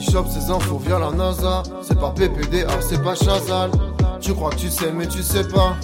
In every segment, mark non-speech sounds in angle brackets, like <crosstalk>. chope ces infos via la NASA. C'est pas PPDA, ah, c'est pas Chazal. Tu crois que tu sais, mais tu sais pas.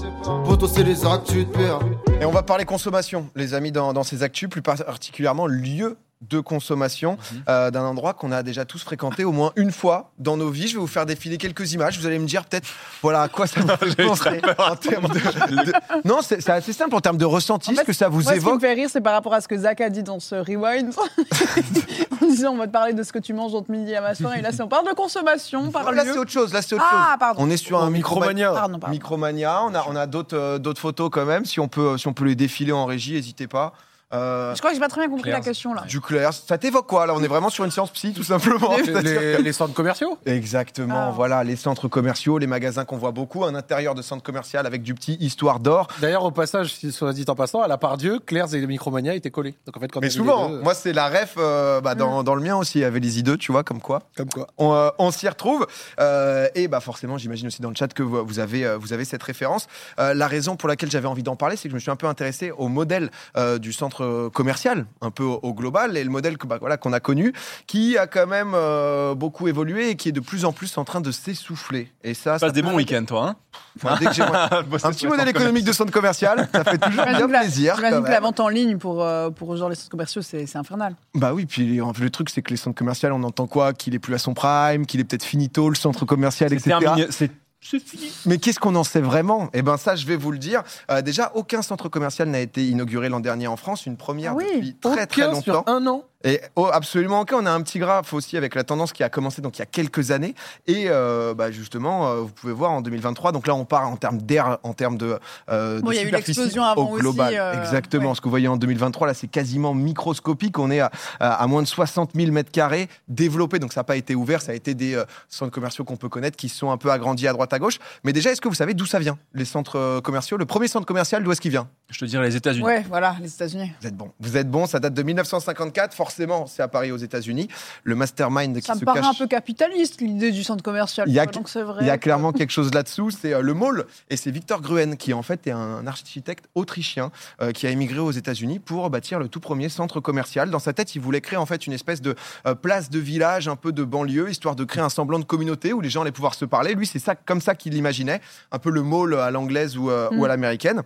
Poto, c'est les actus de PA. Et on va parler consommation, les amis, dans, dans ces actus, plus par- particulièrement lieu de consommation Mhm. euh, d'un endroit qu'on a déjà tous fréquenté au moins une fois dans nos vies. Je vais vous faire défiler quelques images. Vous allez me dire peut-être, voilà, à quoi <laughs> ça vous fait penser en termes de... de- Non, c'est c'est assez simple en termes de ressenti, En fait, ce que ça vous Moi, ce qui me évoque. fait rire, c'est par rapport à ce que Zach a dit dans ce rewind, <laughs> en disant on va te parler de ce que tu manges entre midi et ma soirée. Et là, c'est on parle de consommation par Là, lieu. c'est autre chose. Là, c'est autre chose. Ah, pardon. On est sur un micromania. Micromania. Pardon, pardon. Micromania. On a, on a d'autres euh, d'autres photos quand même. Si on peut, euh, si on peut les défiler en régie, n'hésitez pas. Euh, Je crois que j'ai pas très bien compris Claire. la question là. du clair, ça t'évoque quoi Là, on est vraiment sur une séance psy, tout simplement. <laughs> C'est-à-dire- les, les centres commerciaux Exactement, Ah. voilà, les centres commerciaux, les magasins qu'on voit beaucoup, un intérieur de centre commercial avec du petit histoire d'or. D'ailleurs, au passage, si soit dit en passant, à la part Dieu, Claire's et les Micromania étaient collés. Donc en fait, quand on Mais dit les souvent, deux, euh, moi c'est la ref euh, bah, dans, dans le mien aussi, avec les I2, tu vois, comme quoi. comme quoi. On, euh, on s'y retrouve. Euh, et bah forcément, j'imagine aussi dans le chat que vous, vous avez, euh, vous avez cette référence. Euh, la raison pour laquelle j'avais envie d'en parler, c'est que je me suis un peu intéressé au modèle euh, du centre commercial, un peu au, au global, et le modèle que, bah, voilà, qu'on a connu, qui a quand même euh, beaucoup évolué et qui est de plus en plus en train de s'essouffler. Et ça, ça Passe des peut- bons week-ends, toi. Enfin, dès que j'ai- hein. Un petit modèle économique de centre commercial, ça fait toujours bien J'imagine que la- plaisir. quand J'imagine que même. la vente en ligne pour, euh, pour genre les centres commerciaux, c'est c'est infernal. Bah oui, puis en fait, le truc, c'est que les centres commerciaux, on entend quoi Qu'il est plus à son prime, qu'il est peut-être finito, le centre commercial, C'est etc. terminé. C'est c'est fini. Mais qu'est-ce qu'on en sait vraiment Eh ben ça, je vais vous le dire. Euh, déjà, aucun centre commercial n'a été inauguré l'an dernier en France, une première Ah oui, depuis très très Aucun longtemps. sur un an. Et oh, absolument aucun. On a un petit graphe aussi avec la tendance qui a commencé donc il y a quelques années. Et euh, bah, justement, euh, vous pouvez voir en 2023. Donc là, on part en termes d'air, en termes de, euh, de Bon, il y a eu superficie l'explosion avant au global. aussi, euh, Exactement. ouais. Ce que vous voyez en 2023, là, c'est quasiment microscopique. On est à, à- à moins de 60 000 mètres carrés développés. Donc ça n'a pas été ouvert. Ça a été des euh, centres commerciaux qu'on peut connaître qui se sont un peu agrandis à droite à gauche. Mais déjà, est-ce que vous savez d'où ça vient les centres euh, commerciaux Le premier centre commercial, d'où est-ce qu'il vient Je te dirais les États-Unis. Ouais, voilà, les États-Unis. vous êtes bon. Vous êtes bon, ça date de 1954, forcément, c'est à Paris aux États-Unis. Le mastermind qui Ça me se paraît cache. un peu capitaliste l'idée du centre commercial. Il y a tu vois, que- donc c'est vrai. Il y a que- clairement quelque chose là-dessous, c'est euh, le mall. Et c'est Victor Gruen, qui en fait est un architecte autrichien euh, qui a émigré aux États-Unis pour bâtir le tout premier centre commercial. Dans sa tête, il voulait créer en fait une espèce de euh, place de village, un peu de banlieue, histoire de créer un semblant de communauté où les gens allaient pouvoir se parler. Lui, c'est ça, comme ça qu'il l'imaginait, un peu le mall à l'anglaise ou, euh, Mm. ou à l'américaine.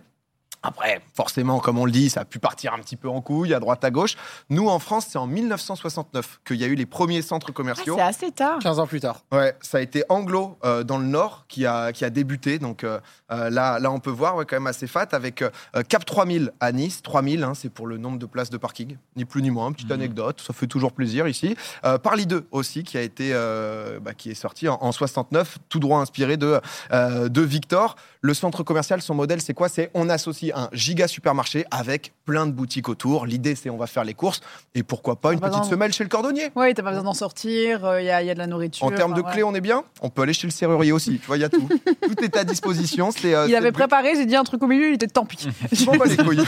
Après, forcément, comme on le dit, ça a pu partir un petit peu en couille, à droite, à gauche. Nous, en France, c'est en 1969 qu'il y a eu les premiers centres Ah, commerciaux. c'est assez tard. 15 ans plus tard. Ouais, ça a été Anglo euh, dans le Nord qui a, qui a débuté. Donc euh, euh, là, là, on peut voir ouais, quand même assez fat avec euh, Cap 3000 à Nice. 3000, hein, c'est pour le nombre de places de parking, ni plus ni moins. Petite Mhm. anecdote, ça fait toujours plaisir ici. Euh, Parly 2 aussi, qui, a été, euh, bah, qui est sorti en, en 69, tout droit inspiré de, euh, de Victor. Le centre commercial, son modèle, c'est quoi C'est on associe un giga supermarché avec plein de boutiques autour. L'idée, c'est on va faire les courses et pourquoi pas une bah, petite non. semelle chez le cordonnier Ouais, t'as pas besoin d'en sortir, euh, il y, a- il y a de la nourriture. en termes de enfin, clés, on est bien On peut aller chez le serrurier aussi. Tu vois, il y a <laughs> tout. tout est à disposition. C'est, euh, voilà. c'est Il avait le but. préparé, j'ai dit un truc au milieu, il était <laughs> tant pis. Je m'en bats les couilles.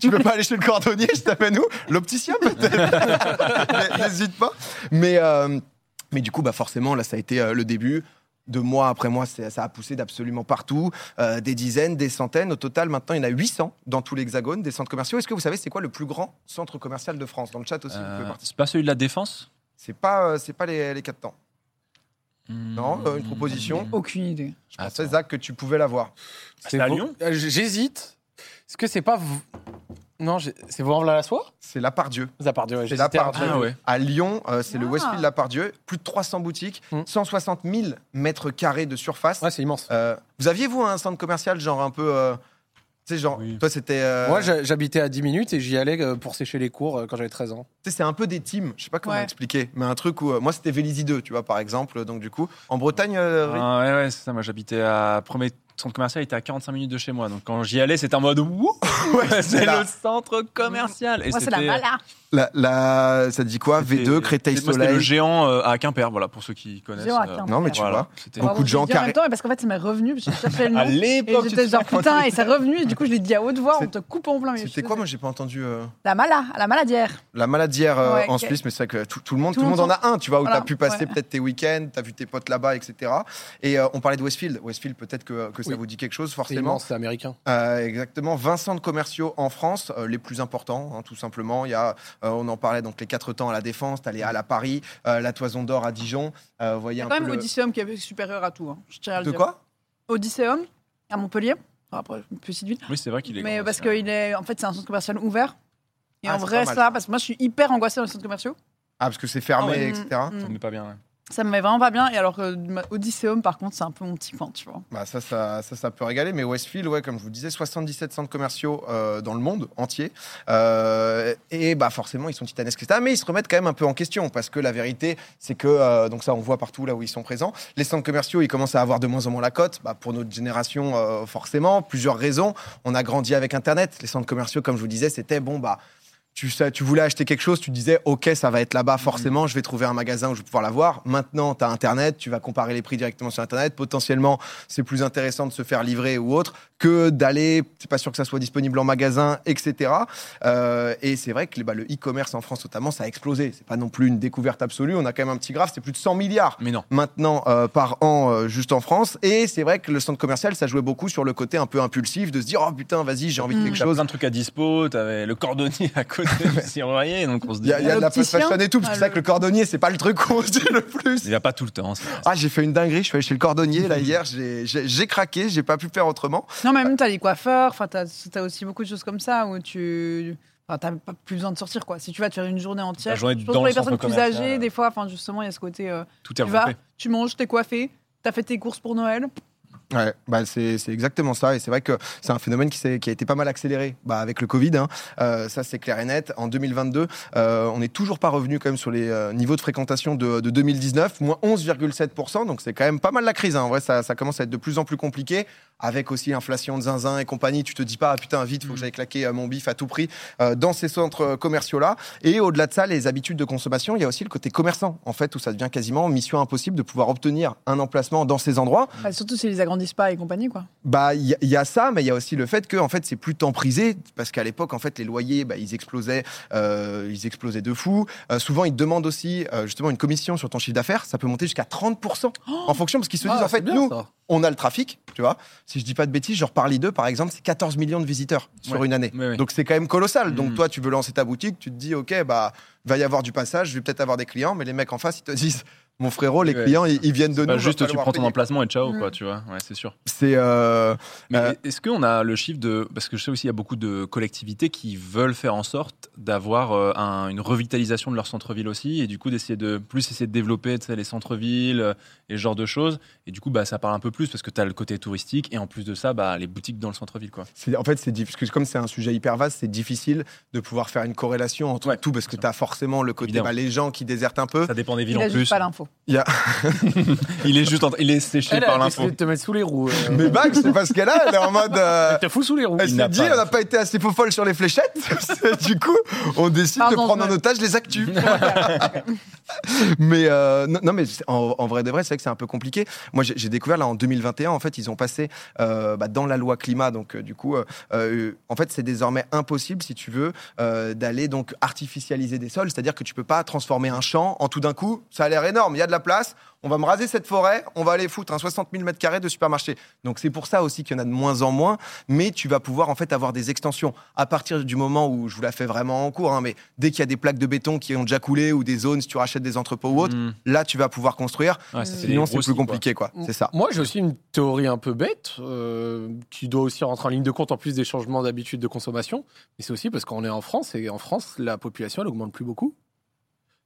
tu peux pas aller chez le cordonnier, je t'amène où L'opticien peut-être. <laughs> Mais N'hésite pas. Mais, euh, mais du coup, bah forcément, là, ça a été euh, le début. De mois après mois, c'est- ça a poussé d'absolument partout, euh, des dizaines, des centaines. Au total, maintenant, il y en a 800 dans tout l'Hexagone, des centres commerciaux. Est-ce que vous savez c'est quoi le plus grand centre commercial de France Dans le chat aussi, vous pouvez Euh, participer. c'est pas celui de la défense C'est pas, euh, c'est pas les, les quatre temps. Non, Hmm. euh, une proposition. Aucune idée. Je pensais, Zach, que tu pouvais l'avoir. Ah, C'est à Vau- Lyon Euh, j- J'hésite. Est-ce que c'est pas. Vau- Non, j'ai- c'est Vaux-en-Velin-la-Soie C'est la part Dieu. C'est la part Dieu. ouais, C'est j'hésitais la part entre- Dieu. Ah ouais. À Lyon, euh, c'est le Ah. Westfield La Pardieu, plus de 300 boutiques, Hmm. Mm. 160 000 mètres carrés de surface. Ouais, c'est immense. Euh, vous aviez, vous, un centre commercial, genre un peu. euh, tu sais, genre, Oui. toi, c'était. euh, Moi, tu j'a- j'habitais à 10 minutes et j'y allais euh, pour sécher les cours euh, quand j'avais 13 ans. sais, c'est un peu des teams, je sais pas comment Ouais. expliquer, mais un truc où. euh, moi, c'était Vélizy 2, tu vois, par exemple. Donc, du coup, en Bretagne. euh, Rick- Ah, ouais, ouais, c'est ça. Moi, j'habitais à. Premier centre commercial il était à 45 minutes de chez moi. Donc, quand j'y allais, c'était en mode. Wouh <laughs> Ouais, c'est c'est là. le centre commercial. Et Moi, c'est la c'était- mala. La, la- ça te dit quoi c'était- V2, Créteil c'était- moi, c'était Soleil. le géant euh, à Quimper, voilà, pour ceux qui connaissent. Géant à euh, Quimper. Non, mais tu voilà. vois. C'était- Beaucoup de j'ai gens dit en carré- même temps, mais parce qu'en fait, c'est m'est revenu, j'ai cherché <laughs> le À nom. Et l'époque, tu j'étais te genre souviens putain, et c'est revenu, et du coup, je l'ai dit à haute voix, on C'est- te coupe en plein milieu. C'était quoi Moi, j'ai pas entendu. euh, La mala, à la maladière. La maladière euh, Ouais, en ok. Suisse, mais c'est vrai que tout, tout le monde, tout le monde en a un, tu vois, où Voilà, t'as pu passer ouais. peut-être tes week-ends, t'as vu tes potes là-bas, etc. Et euh, on parlait de Westfield. Westfield, peut-être que, que que ça Oui. vous dit quelque chose, C'est forcément. immense, c'est américain. Euh, exactement, 20 centres commerciaux en France, euh, les plus importants, hein, tout simplement. Il y a, euh, on en parlait, donc les quatre temps à la Défense, t'as les Halles à Paris, euh, la Toison d'Or à Dijon. euh, vous voyez C'est un quand peu même le- Odysseum qui est supérieur à tout. hein. Je tiens à le De dire. quoi Odysseum à Montpellier. Enfin, après, une petite ville. Oui, c'est vrai qu'il est. Mais grand, parce ça. qu'il est. En fait, c'est un centre commercial ouvert. Et Ah, en c'est vrai, pas mal, ça, parce que moi, je suis hyper angoissée dans les centres commerciaux. Ah, parce que c'est fermé, Ah ouais. etc. Mm, Ça mm. me met pas bien. ouais. Ça me met vraiment pas bien. Et alors que ma- Odysseum, par contre, c'est un peu mon petit coin, tu vois. Bah ça, ça, ça, ça peut régaler. Mais Westfield, ouais, comme je vous disais, 77 centres commerciaux euh, dans le monde entier. Euh, et bah forcément, ils sont titanesques, etc. Mais ils se remettent quand même un peu en question parce que la vérité, c'est que euh, donc ça, on voit partout là où ils sont présents. Les centres commerciaux, ils commencent à avoir de moins en moins la cote. Bah, pour notre génération, euh, forcément, plusieurs raisons. On a grandi avec Internet. Les centres commerciaux, comme je vous disais, c'était bon bah. Tu, sais, tu voulais acheter quelque chose, tu disais, OK, ça va être là-bas, forcément, je vais trouver un magasin où je vais pouvoir l'avoir. Maintenant, tu as Internet, tu vas comparer les prix directement sur Internet. Potentiellement, c'est plus intéressant de se faire livrer ou autre que d'aller, c'est pas sûr que ça soit disponible en magasin, etc. Euh, et c'est vrai que bah, le e-commerce en France notamment, ça a explosé. C'est pas non plus une découverte absolue. On a quand même un petit graphe, c'est plus de 100 milliards Mais non. maintenant euh, par an euh, juste en France. Et c'est vrai que le centre commercial, ça jouait beaucoup sur le côté un peu impulsif de se dire oh putain, vas-y, j'ai envie de Mm. quelque T'as chose. plein de trucs à dispo, t'avais le cordonnier à côté <laughs> du serrurier, donc on se Il dit. y a, il y a de la fast L'opticien fashion et tout, parce que Ah, c'est vrai le- que le cordonnier, c'est pas le truc qu'on se dit le plus. Il va pas tout le temps. ça. Ah, j'ai fait une dinguerie, je suis allé chez le cordonnier là hier, j'ai- j'ai j'ai craqué, j'ai pas pu faire autrement. Non, mais même, t'as les coiffeurs, enfin, t'as as aussi beaucoup de choses comme ça où tu. Enfin, t'as pas plus besoin de sortir, quoi. Si tu vas te faire une journée entière. La journée je pense dans pour les le centre personnes plus commercial, âgées, euh. des fois, enfin, justement, il y a ce côté. euh, Tout est tu vas, regroupé. tu manges, t'es coiffé, t'as fait tes courses pour Noël. Ouais, bah c'est c'est exactement ça. Et c'est vrai que c'est un phénomène qui, s'est- qui a été pas mal accéléré bah, avec le Covid. hein. Euh, ça, c'est clair et net. En 2022, euh, on n'est toujours pas revenu quand même sur les euh, niveaux de fréquentation de, de 2019, moins 11,7%. Donc, c'est quand même pas mal la crise. hein. En vrai, ça, ça commence à être de plus en plus compliqué. Avec aussi l'inflation de zinzin et compagnie, tu te dis pas, ah, putain, vite, faut que j'aille claquer euh, mon bif à tout prix euh, dans ces centres euh, commerciaux-là. Et au-delà de ça, les habitudes de consommation, il y a aussi le côté commerçant, en fait, où ça devient quasiment mission impossible de pouvoir obtenir un emplacement dans ces endroits. Enfin, surtout s'ils agrandissent pas et compagnie, quoi. Bah, il y, a- il y a ça, mais il y a aussi le fait que, en fait, c'est plus temps prisé, parce qu'à l'époque, en fait, les loyers, bah, ils explosaient, euh, ils explosaient de fou. Euh, souvent, ils te demandent aussi, euh, justement, une commission sur ton chiffre d'affaires. Ça peut monter jusqu'à 30% en fonction, parce qu'ils Ah, se disent, Ah, en fait, nous, on a le trafic, tu vois. Si je dis pas de bêtises, genre Parly 2, par exemple, c'est 14 millions de visiteurs sur Ouais. une année. Ouais, ouais. Donc, c'est quand même colossal. Donc, Mm. toi, tu veux lancer ta boutique, tu te dis, OK, bah, va y avoir du passage, je vais peut-être avoir des clients, mais les mecs en face, ils te disent, mon frérot, les Ouais. clients, ils, ils viennent de C'est pas nous. va Bah, juste tu falloir prends ton payer. emplacement et ciao, Mm. quoi, tu vois. Ouais, c'est sûr. C'est, euh, Mais Euh, est- est-ce qu'on a le chiffre de. Parce que je sais aussi, il y a beaucoup de collectivités qui veulent faire en sorte d'avoir euh, un- une revitalisation de leur centre-ville aussi, et du coup, d'essayer de plus essayer de développer tu sais, les centres-villes euh, et ce genre de choses. Et du coup, bah, ça parle un peu plus parce que tu as le côté touristique, et en plus de ça, bah, les boutiques dans le centre-ville, quoi. C'est- En fait, c'est difficile. parce que Comme c'est un sujet hyper vaste, c'est difficile de pouvoir faire une corrélation entre Ouais. tout parce que tu as forcément le côté Évidemment. bah, les gens qui désertent un peu. Ça dépend des villes Il a en juste plus. pas <laughs> l'info. Il est juste en- il est séché Elle par a l'info. décidé Eh, de te mettre sous les roues. euh. Mais Bag, c'est parce qu'elle a, elle est en mode. euh, <laughs> Elle te fout sous les roues. elle Il s'est n'a dit, pas on n'a pas été assez faux folle sur les fléchettes. <laughs> du coup, on décide Pardon, de prendre je en me- otage les <laughs> actus. mais euh, non, non, mais c'est- en, en vrai de vrai, c'est vrai que c'est un peu compliqué. Moi, j'ai j'ai découvert là en 2021, en fait, ils ont passé euh, bah, dans la loi climat. Donc, euh, du coup, euh, euh, en fait, c'est désormais impossible, si tu veux, euh, d'aller donc artificialiser des sols. C'est-à-dire que tu peux pas transformer un champ en tout d'un coup. Ça a l'air énorme, il y a de la place. On va me raser cette forêt, on va aller foutre un 60 000 mètres carrés de supermarché. Donc c'est pour ça aussi qu'il y en a de moins en moins, mais tu vas pouvoir en fait avoir des extensions à partir du moment où je vous la fais vraiment en cours. hein, mais dès qu'il y a des plaques de béton qui ont déjà coulé ou des zones, si tu rachètes des entrepôts ou autres, Mm. là tu vas pouvoir construire. Ouais, ça, Sinon des c'est gros plus sites, quoi. compliqué quoi. C'est ça. Moi, j'ai aussi une théorie un peu bête euh, qui doit aussi rentrer en ligne de compte en plus des changements d'habitude de consommation. Mais c'est aussi parce qu'on est en France et en France, la population, elle augmente plus beaucoup.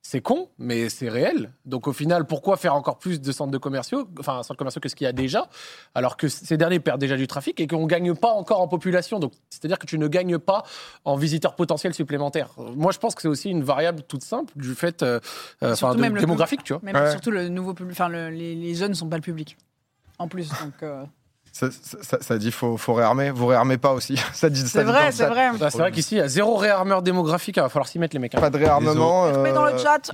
C'est con, mais c'est réel. Donc au final, pourquoi faire encore plus de centres de commerciaux, enfin centres commerciaux que ce qu'il y a déjà, alors que ces derniers perdent déjà du trafic et qu'on ne gagne pas encore en population. Donc c'est-à-dire que tu ne gagnes pas en visiteurs potentiels supplémentaires. Euh, Moi, je pense que c'est aussi une variable toute simple du fait, euh, euh, Surtout enfin, de- même le démographique, tu vois. Même Ouais. surtout le nouveau public, enfin le- les, les jeunes ne sont pas le public. En plus, donc. euh, Ça, ça- ça- ça dit faut, faut réarmer, vous réarmez pas aussi. <laughs> Ça dit ça C'est dit dans vrai, le c'est chat. vrai. Bah, c'est vrai qu'ici, il y a zéro réarmeur démographique. Il va falloir s'y mettre, les mecs. hein. Pas de réarmement. Mais dans le euh, chat,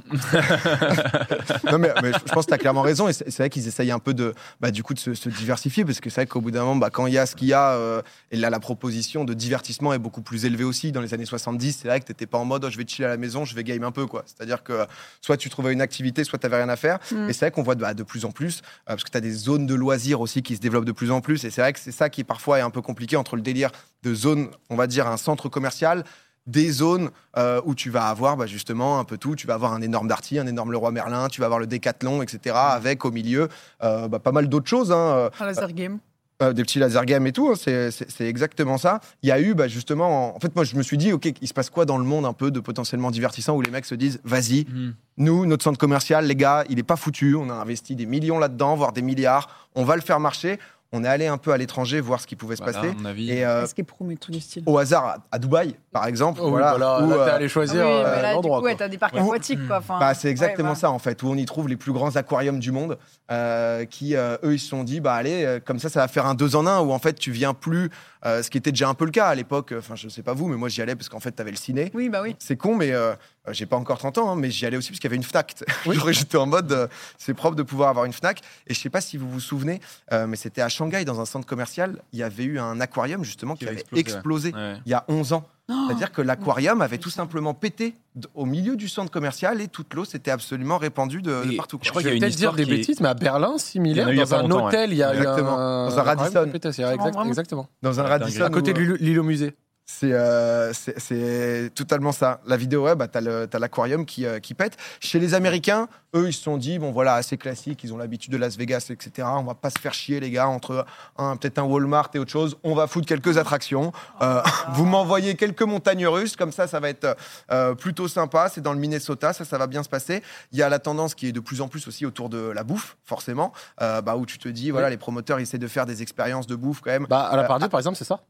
Non, mais, mais je je pense que tu as clairement raison. Et c'est c'est vrai qu'ils essayent un peu de, bah, du coup, de se, se diversifier parce que c'est vrai qu'au bout d'un moment, bah, quand il y a ce qu'il y a, euh, et là, la proposition de divertissement est beaucoup plus élevée aussi. Dans les années 70, c'est vrai que tu n'étais pas en mode oh, je vais chiller à la maison, je vais game un peu. quoi. C'est-à-dire que soit tu trouvais une activité, soit tu n'avais rien à faire. Mm. Et c'est vrai qu'on voit bah, de plus en plus, euh, parce que tu as des zones de loisirs aussi qui se développent de plus en plus. plus. Et c'est vrai que c'est ça qui parfois est un peu compliqué entre le délire de zone, on va dire un centre commercial, des zones euh, où tu vas avoir bah, justement un peu tout. Tu vas avoir un énorme Darty, un énorme Leroy Merlin, tu vas avoir le Décathlon, etc. Mm. Avec au milieu euh, bah, pas mal d'autres choses. hein, euh, Un laser game. euh, des petits laser games et tout, hein, c'est- c'est c'est exactement ça. Il y a eu bah, justement, en... en fait moi je me suis dit, ok, il se passe quoi dans le monde un peu de potentiellement divertissant où les mecs se disent, vas-y, Mm. nous, notre centre commercial, les gars, il n'est pas foutu, on a investi des millions là-dedans, voire des milliards, on va le faire marcher, on est allé un peu à l'étranger voir ce qui pouvait se Voilà, Bah, à passer. mon avis. Et euh, Est-ce qu'il est promis tout le style au hasard, à, à Dubaï, par exemple, Oh oui, voilà, voilà, où, là, t'es euh, allé Ah oui, choisir euh, mais là, du l'endroit. coup, ouais, quoi. t'as des parcs Ouais. aquatiques, quoi. Enfin, Bah, c'est exactement ouais, bah. ça en fait, où on y trouve les plus grands aquariums du monde, euh, qui euh, eux ils se sont dit bah allez euh, comme ça ça va faire un deux en un où en fait tu viens plus, euh, ce qui était déjà un peu le cas à l'époque. euh, Enfin je sais pas vous, mais moi j'y allais parce qu'en fait t'avais le ciné. Oui, bah oui. C'est con, mais euh, euh, j'ai pas encore 30 ans, hein, mais j'y allais aussi parce qu'il y avait une Fnac. <laughs> Genre, J'étais en mode, euh, c'est propre de pouvoir avoir une Fnac. Et je sais pas si vous vous souvenez, euh, mais c'était à Shanghai, dans un centre commercial, il y avait eu un aquarium justement qui, Qui avait avait explosé, Ouais. il y a 11 ans. Oh, C'est-à-dire que l'aquarium avait tout putain. simplement pété d- au milieu du centre commercial et toute l'eau s'était absolument répandue de, de Et partout. je quoi. crois Je qu'il y a vais une peut-être dire histoire des qui est- bêtises, mais à Berlin, similaire, Il y en a eu il y a dans pas un longtemps, hôtel, il y a eu Exactement. un... Dans un Radisson. Ouais, peut-être, c'est vrai, Vraiment, vraiment. Exactement. euh, Dans un Ah, radisson. dingue. À côté où, de l'île- l'île au musée. C'est euh, c'est- c'est totalement ça. La vidéo web, bah, t'as le- t'as l'aquarium qui, euh, qui pète. Chez les Américains, eux, ils se sont dit, bon voilà, assez classique, ils ont l'habitude de Las Vegas, etc. On va pas se faire chier, les gars, entre un- peut-être un Walmart et autre chose. On va foutre quelques attractions. Euh, <laughs> vous m'envoyez quelques montagnes russes, comme ça, ça va être euh, plutôt sympa. C'est dans le Minnesota, ça, ça va bien se passer. Il y a la tendance qui est de plus en plus aussi autour de la bouffe, forcément, euh, bah, où tu te dis, voilà, les promoteurs ils essaient de faire des expériences de bouffe quand même. Bah, à Euh, la Pardieu, par exemple, c'est ça.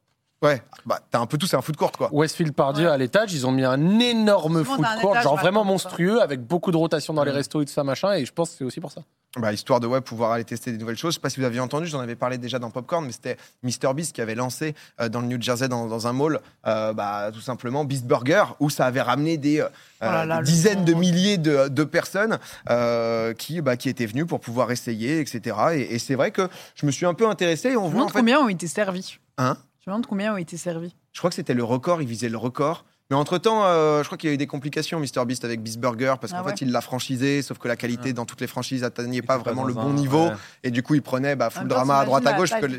Ouais, bah, t'as un peu tout, c'est un food court, quoi. Westfield Pardieu, à l'étage, ils ont mis un énorme Souvent, food t'as un court, étage, genre ouais, vraiment comme ça. monstrueux, avec beaucoup de rotation dans les restos et tout ça, machin, et je pense que c'est aussi pour ça. bah, histoire de ouais, pouvoir aller tester des nouvelles choses. Je sais pas si vous aviez entendu, j'en avais parlé déjà dans Popcorn, mais c'était MrBeast qui avait lancé euh, dans le New Jersey, dans, dans un mall, euh, bah, tout simplement Beast Burger, où ça avait ramené des, euh, Oh là là, des le dizaines de monde. milliers de, de personnes euh, qui, bah, qui étaient venues pour pouvoir essayer, etc. Et, et c'est vrai que je me suis un peu intéressé. et On Je voit en me demande fait, combien ont été servis. Hein Je me demande combien ont été servis. je crois que c'était le record, il visait le record. Mais entre-temps, euh, je crois qu'il y a eu des complications, MrBeast, avec Beast Burger, parce Ah qu'en ouais. Ah. fait, il l'a franchisé, sauf que la qualité dans toutes les franchises n'atteignait pas Ils sont vraiment dans le un- bon niveau. ouais. Et du coup, ils prenaient bah, Ah, full le drama à droite à gauche, bah, parce que les,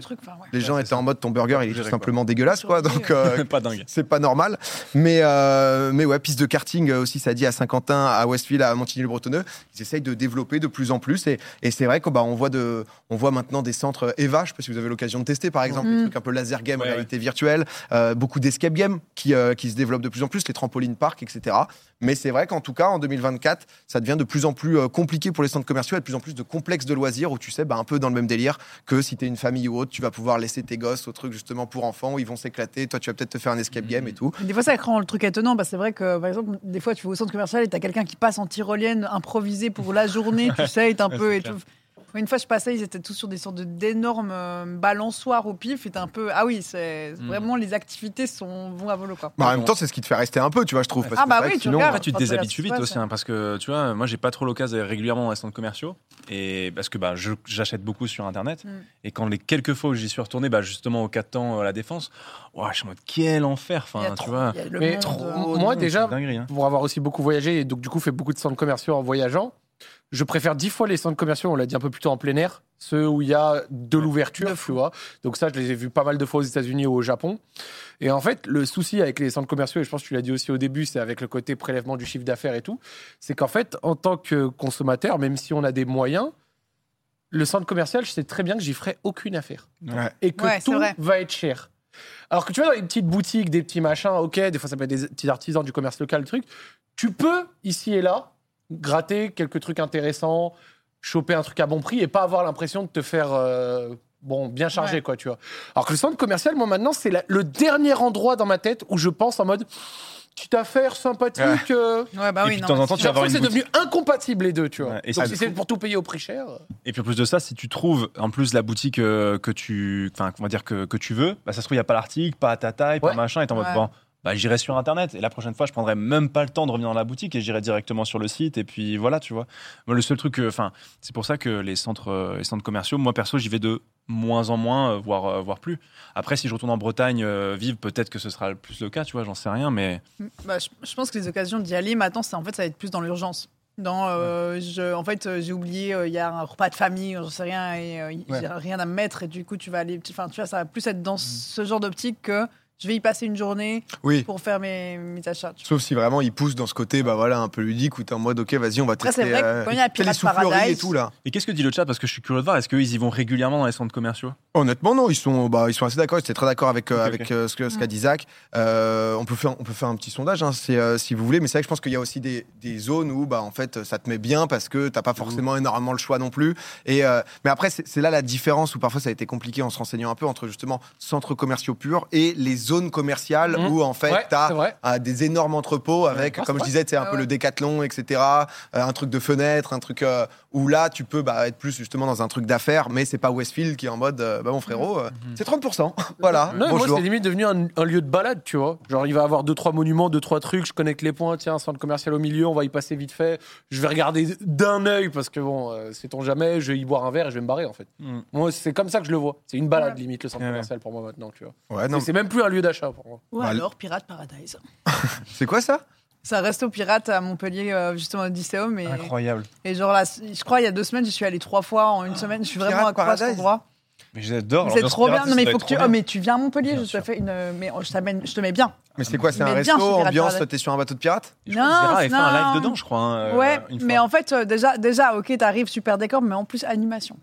les gens Ouais, c'est étaient en ça. mode ton burger, il est tout Géré, quoi. simplement dégueulasse, quoi. Donc, euh, <laughs> <laughs> Pas dingue. c'est pas normal. Mais, euh, mais ouais, piste de karting euh, aussi, ça dit à Saint-Quentin, à Westfield, à Montigny-le-Bretonneux. Ils essayent de développer de plus en plus. Et, et c'est vrai qu'on bah, on voit, de, on voit maintenant des centres euh, EVA, je sais pas si vous avez l'occasion de tester, par exemple, Mm. des trucs un peu laser game, Ouais, réalité virtuelle, euh, beaucoup d'escape games qui, euh, qui se développent de plus en plus, les trampolines parcs, etc. Mais c'est vrai qu'en tout cas, en 2024, ça devient de plus en plus euh, compliqué pour les centres commerciaux et de plus en plus de complexes de loisirs où tu sais, bah, un peu dans le même délire que si tu es une famille ou autre, tu vas pouvoir laisser tes gosses au truc justement pour enfants où ils vont s'éclater. Toi, tu vas peut-être te faire un escape game et tout. Mais Des fois, ça rend le truc étonnant. Parce que c'est vrai que, par exemple, des fois, tu vas au centre commercial et t'as quelqu'un qui passe en tyrolienne improvisée pour la journée, tu sais, et t'es un <laughs> Ouais, peu. c'est Et clair. tout. Moi, Une fois, je passais, ils étaient tous sur des sortes de- d'énormes euh, balançoires au pif. Et t'es un peu. Ah oui, c'est Mm. vraiment les activités sont vont à volo, quoi. Bah, en même temps, c'est ce qui te fait rester un peu, tu vois, je trouve. parce Ah que bah c'est vrai oui, que tu sinon, regardes. Après, tu te Quand tu déshabitues vite restes, aussi, ouais. hein, parce que tu vois, moi j'ai pas trop l'occasion d'aller régulièrement dans les centres commerciaux, et parce que bah, je- j'achète beaucoup sur internet, Mm. et quand les quelques fois où j'y suis retourné, bah, justement au 4 temps à la défense, ouah, je suis en mode quel enfer, Il y a enfin tu trop- vois, il y a le Mais monde, trop- euh, Moi, déjà, c'est dinguerie, hein. Pour avoir aussi beaucoup voyagé, et donc du coup fait beaucoup de centres commerciaux en voyageant, je préfère dix fois les centres commerciaux, on l'a dit un peu plus tôt en plein air, ceux où il y a de l'ouverture, tu vois. Donc ça, je les ai vus pas mal de fois aux États-Unis ou au Japon. Et en fait, le souci avec les centres commerciaux, et je pense que tu l'as dit aussi au début, c'est avec le côté prélèvement du chiffre d'affaires et tout, c'est qu'en fait, en tant que consommateur, même si on a des moyens, le centre commercial, je sais très bien que j'y ferai aucune affaire. Ouais. Et que Ouais, c'est tout vrai. va être cher. Alors que tu vois, dans les petites boutiques, des petits machins, ok, des fois ça peut être des petits artisans du commerce local, le truc, tu peux, ici et là, gratter quelques trucs intéressants, choper un truc à bon prix et pas avoir l'impression de te faire euh, bon bien chargé Ouais. quoi tu vois alors que le centre commercial moi maintenant c'est la- le dernier endroit dans ma tête où je pense en mode petite affaire sympathique euh. Ouais, bah Et oui, puis, de non, temps en mais temps, j'ai tu vas avoir l'impression que une c'est devenu incompatible les deux tu vois Ouais, et donc ça- si c'est pour tout payer au prix cher euh, Et puis en plus de ça, si tu trouves en plus la boutique euh, que tu, enfin, on va dire que, que tu veux, bah, ça se trouve il y a pas l'article, pas à ta taille, pas Ouais. machin, et t'es en mode Ouais. bon, bah, j'irai sur internet. Et la prochaine fois, je prendrai même pas le temps de revenir dans la boutique et j'irai directement sur le site. Et puis voilà, tu vois. Moi, le seul truc, euh, enfin, c'est pour ça que les centres, euh, les centres commerciaux, moi perso, j'y vais de moins en moins, euh, voire, euh, voire plus. Après, si je retourne en Bretagne euh, vivre, peut-être que ce sera plus le cas, tu vois, j'en sais rien, mais Bah, je, je pense que les occasions d'y aller maintenant, c'est en fait, ça va être plus dans l'urgence. Dans, euh, je, en fait, euh, j'ai oublié, euh, il y a un repas de famille, j'en sais rien, et euh, il- Ouais. j'ai rien à me mettre, et du coup, tu vas aller. Enfin, tu vois, ça va plus être dans ce genre d'optique que je vais y passer une journée euh, Oui. pour faire mes, mes achats. tu vois. Sauf si vraiment il pousse dans ce côté, bah voilà, un peu ludique où t'es en mode, ok, vas-y, on va Après, tester. euh, c'est vrai que quand il y a télé Pirate et Paradise- tout là. Et qu'est-ce que dit le chat Parce que je suis curieux de voir, est-ce qu'ils y vont régulièrement dans les centres commerciaux Honnêtement, non, ils sont, bah, ils sont assez d'accord. Ils étaient très d'accord avec, euh, Ok, avec ok. euh, ce que- ce qu'a dit Zach. Euh, on, peut faire, on peut faire un petit sondage hein, si, euh, si vous voulez, mais c'est vrai que je pense qu'il y a aussi des, des zones où bah, en fait, ça te met bien parce que t'as pas forcément énormément le choix non plus. Et, euh, mais après, c'est c'est là la différence où parfois ça a été compliqué en se renseignant un peu entre justement centres commerciaux purs et les zones commerciales Mhm. où en fait Ouais, t'as c'est vrai. à des énormes entrepôts avec, Ah, c'est comme je vrai. disais, c'est un Ah peu ouais. le décathlon, etc. euh, un truc de fenêtre, un truc euh, où là, tu peux bah, être plus justement dans un truc d'affaires, mais c'est pas Westfield qui est en mode, euh, bah mon frérot, euh, c'est 30%. <laughs> voilà, Mhm. Non, mais moi, bonjour. c'est limite devenu un, un lieu de balade, tu vois. Genre, il va avoir deux, trois monuments, deux, trois trucs. Je connecte les points. Tiens, un centre commercial au milieu, on va y passer vite fait. Je vais regarder d'un œil parce que bon, euh, sait-on jamais. Je vais y boire un verre et je vais me barrer, en fait. Mm. Moi, c'est comme ça que je le vois. C'est une balade, Ouais. limite, le centre Ouais, ouais. commercial pour moi maintenant, tu vois. Ouais, non, Mais C'est même plus un lieu d'achat pour moi. Ou Bah, alors Pirate Paradise. c'est quoi ça Ça reste au Pirate à Montpellier, euh, justement au Dyséum. Et, Incroyable. et genre, là, je crois, il y a deux semaines, j'y suis allé trois fois en une semaine. Je suis vraiment Pirate accro à cet Paradise. endroit. Mais j'adore. C'est trop bien. Non, mais il faut que tu. Oh, mais... mais tu viens à Montpellier, Bien je te sûr. fais une. Mais oh, je, t'amène- je te mets bien. Mais c'est quoi C'est un Mais bien, resto, c'est Pirate ambiance, Paradise. t'es sur un bateau de <laughs> pirates Zera a fait un non. live dedans, je crois. hein, euh, ouais, une mais fois. en fait, euh, déjà, déjà, ok, t'arrives super décor, mais en plus, animation.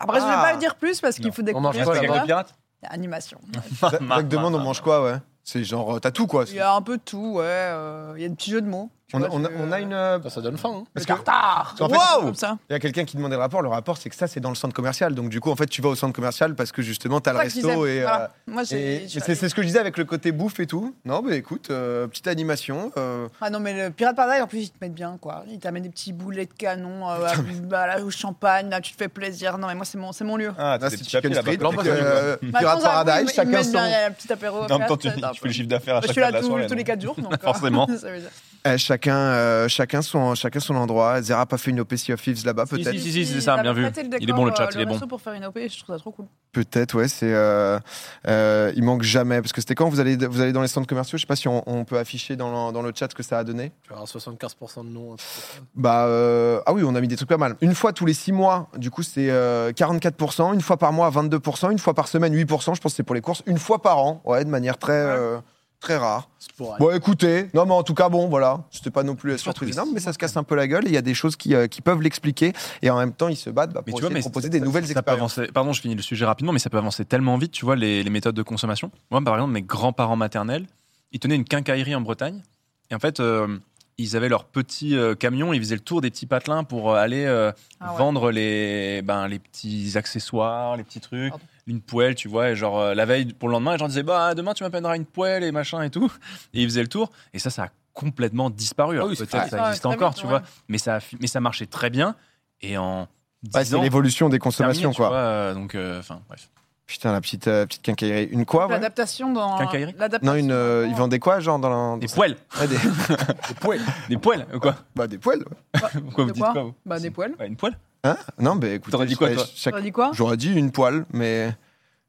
Après, je vais Ah. pas dire plus parce qu'il Non. faut On mange découvrir. pas ce la qu'on voilà. voit. Animation. Zach Zach demande, on mange quoi Ouais. C'est genre, euh, t'as tout quoi. Il y a un peu de tout, ouais. euh, Il y a des petits jeux de mots. tu On a, vois, on a- je- on a une. euh, Ça, ça donne faim. hein. parce que- Tartare En fait, Waouh wow Comme ça. il y a quelqu'un qui demandait le rapport. Le rapport, c'est que ça, c'est dans le centre commercial. Donc, du coup, en fait, tu vas au centre commercial parce que justement, t'as le C'est ça que je resto disais, et. euh, voilà. Moi, j'ai- Et- mais je suis C'est allée- c'est ce que je disais avec le côté bouffe et tout. Non, mais écoute, euh, petite animation. euh, Ah non, mais le Pirate Paradise, en plus, ils te mettent bien, quoi. Ils t'amènent des petits boulets de canon euh, à- bah, là, au champagne, là, tu te fais plaisir. Non, mais moi, c'est mon, c'est mon lieu. Ah, t'as là, des c'est petits Chicken papiers Street, là-bas. là-bas. donc, euh, Maintenant, Pirate j'avoue, ils Paradise, me- ils chacun mettent son. bien, Il y a un petit apéro. En même après, temps, tu, ça, ça, tu fais le ça. chiffre d'affaires à Moi, je chaque suis fois là de la tous- soirée. tous les donc. 4 jours. <laughs> donc, euh, Forcément. <laughs> ça veut dire- Euh, chacun, euh, chacun son, chacun son endroit. Zera a pas fait une OPC of Thieves là-bas, peut-être. Si, si, si, c'est ça, il a bien vu. prêté Il est bon, le décor, chat, euh, il est bon. resto pour faire une OP, je trouve ça trop cool. Peut-être, ouais. C'est, euh, euh, il manque jamais parce que c'était quand vous allez, vous allez dans les centres commerciaux. Je sais pas si on, on peut afficher dans le, dans le chat ce que ça a donné. Tu vas avoir 75% de non. un truc comme ça. Bah euh, ah oui, on a mis des trucs pas mal. Une fois tous les six mois, du coup c'est euh, 44%. Une fois par mois, 22%. Une fois par semaine, 8%. Je pense que c'est pour les courses. Une fois par an, ouais, de manière très euh, très rare. Sporadique. Bon, écoutez, non, mais en tout cas, bon, voilà, c'était pas non plus la Pas surprise triste. énorme, mais ça se casse un peu la gueule. et Il y a des choses qui, euh, qui peuvent l'expliquer, et en même temps, ils se battent bah, Mais pour tu vois, essayer de mais proposer ça- des ça- nouvelles ça peut expériences. avancer- Pardon, je finis le sujet rapidement, mais ça peut avancer tellement vite, tu vois, les, les méthodes de consommation. Moi, par exemple, mes grands-parents maternels, ils tenaient une quincaillerie en Bretagne. Et en fait, euh, ils avaient leur petit euh, camion, ils faisaient le tour des petits patelins pour euh, aller euh, Ah ouais. vendre les, ben, les petits accessoires, les petits trucs, Pardon. une poêle, tu vois. Et genre, euh, la veille pour le lendemain, les gens disaient, bah, demain, tu m'appelleras une poêle et machin et tout. Et ils faisaient le tour. Et ça, ça a complètement disparu. Alors, oui, c'est Peut-être fou. ça Ah, existe très encore, vite, tu ouais. vois. Mais ça, a fi- mais ça marchait très bien. Et en. Ouais, 10 Bah, c'est ans, l'évolution des consommations, consommation quoi. donc, euh, enfin, bref. Putain, la petite, euh, petite quincaillerie. Une quoi ouais L'adaptation dans. Ah Quincaillerie l'adaptation Non, une, euh, ils vendaient quoi, genre, dans la- Des dans- poêles Ouais, des... Des poêles Des poêles, ou quoi <laughs> bah, des poêles. ouais. Pourquoi vous dites quoi quoi vous Bah, des poêles. Ouais, Une poêle Hein Non, mais écoute, T'aurais dit quoi, toi Ça dit quoi J'aurais dit une poêle, mais.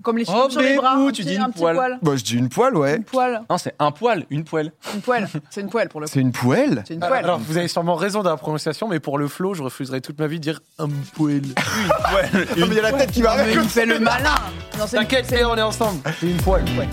Comme les Oh, films sur les mais bras. où un tu petit- dis un une petit poêle poil. Bah, je dis une poêle, ouais. Une poêle. Non, c'est un poil, une poêle. Une poêle. C'est une poêle pour le coup. C'est une poêle C'est une Alors, poêle. Ah, alors, vous avez sûrement raison dans la prononciation, mais pour le flow, je refuserai toute ma vie de dire un poil. poêle Ah, mais il y a la tête qui va Mais il fait le malin. Non, c'est une- T'inquiète, c'est on est ensemble. C'est une poêle. Ouais.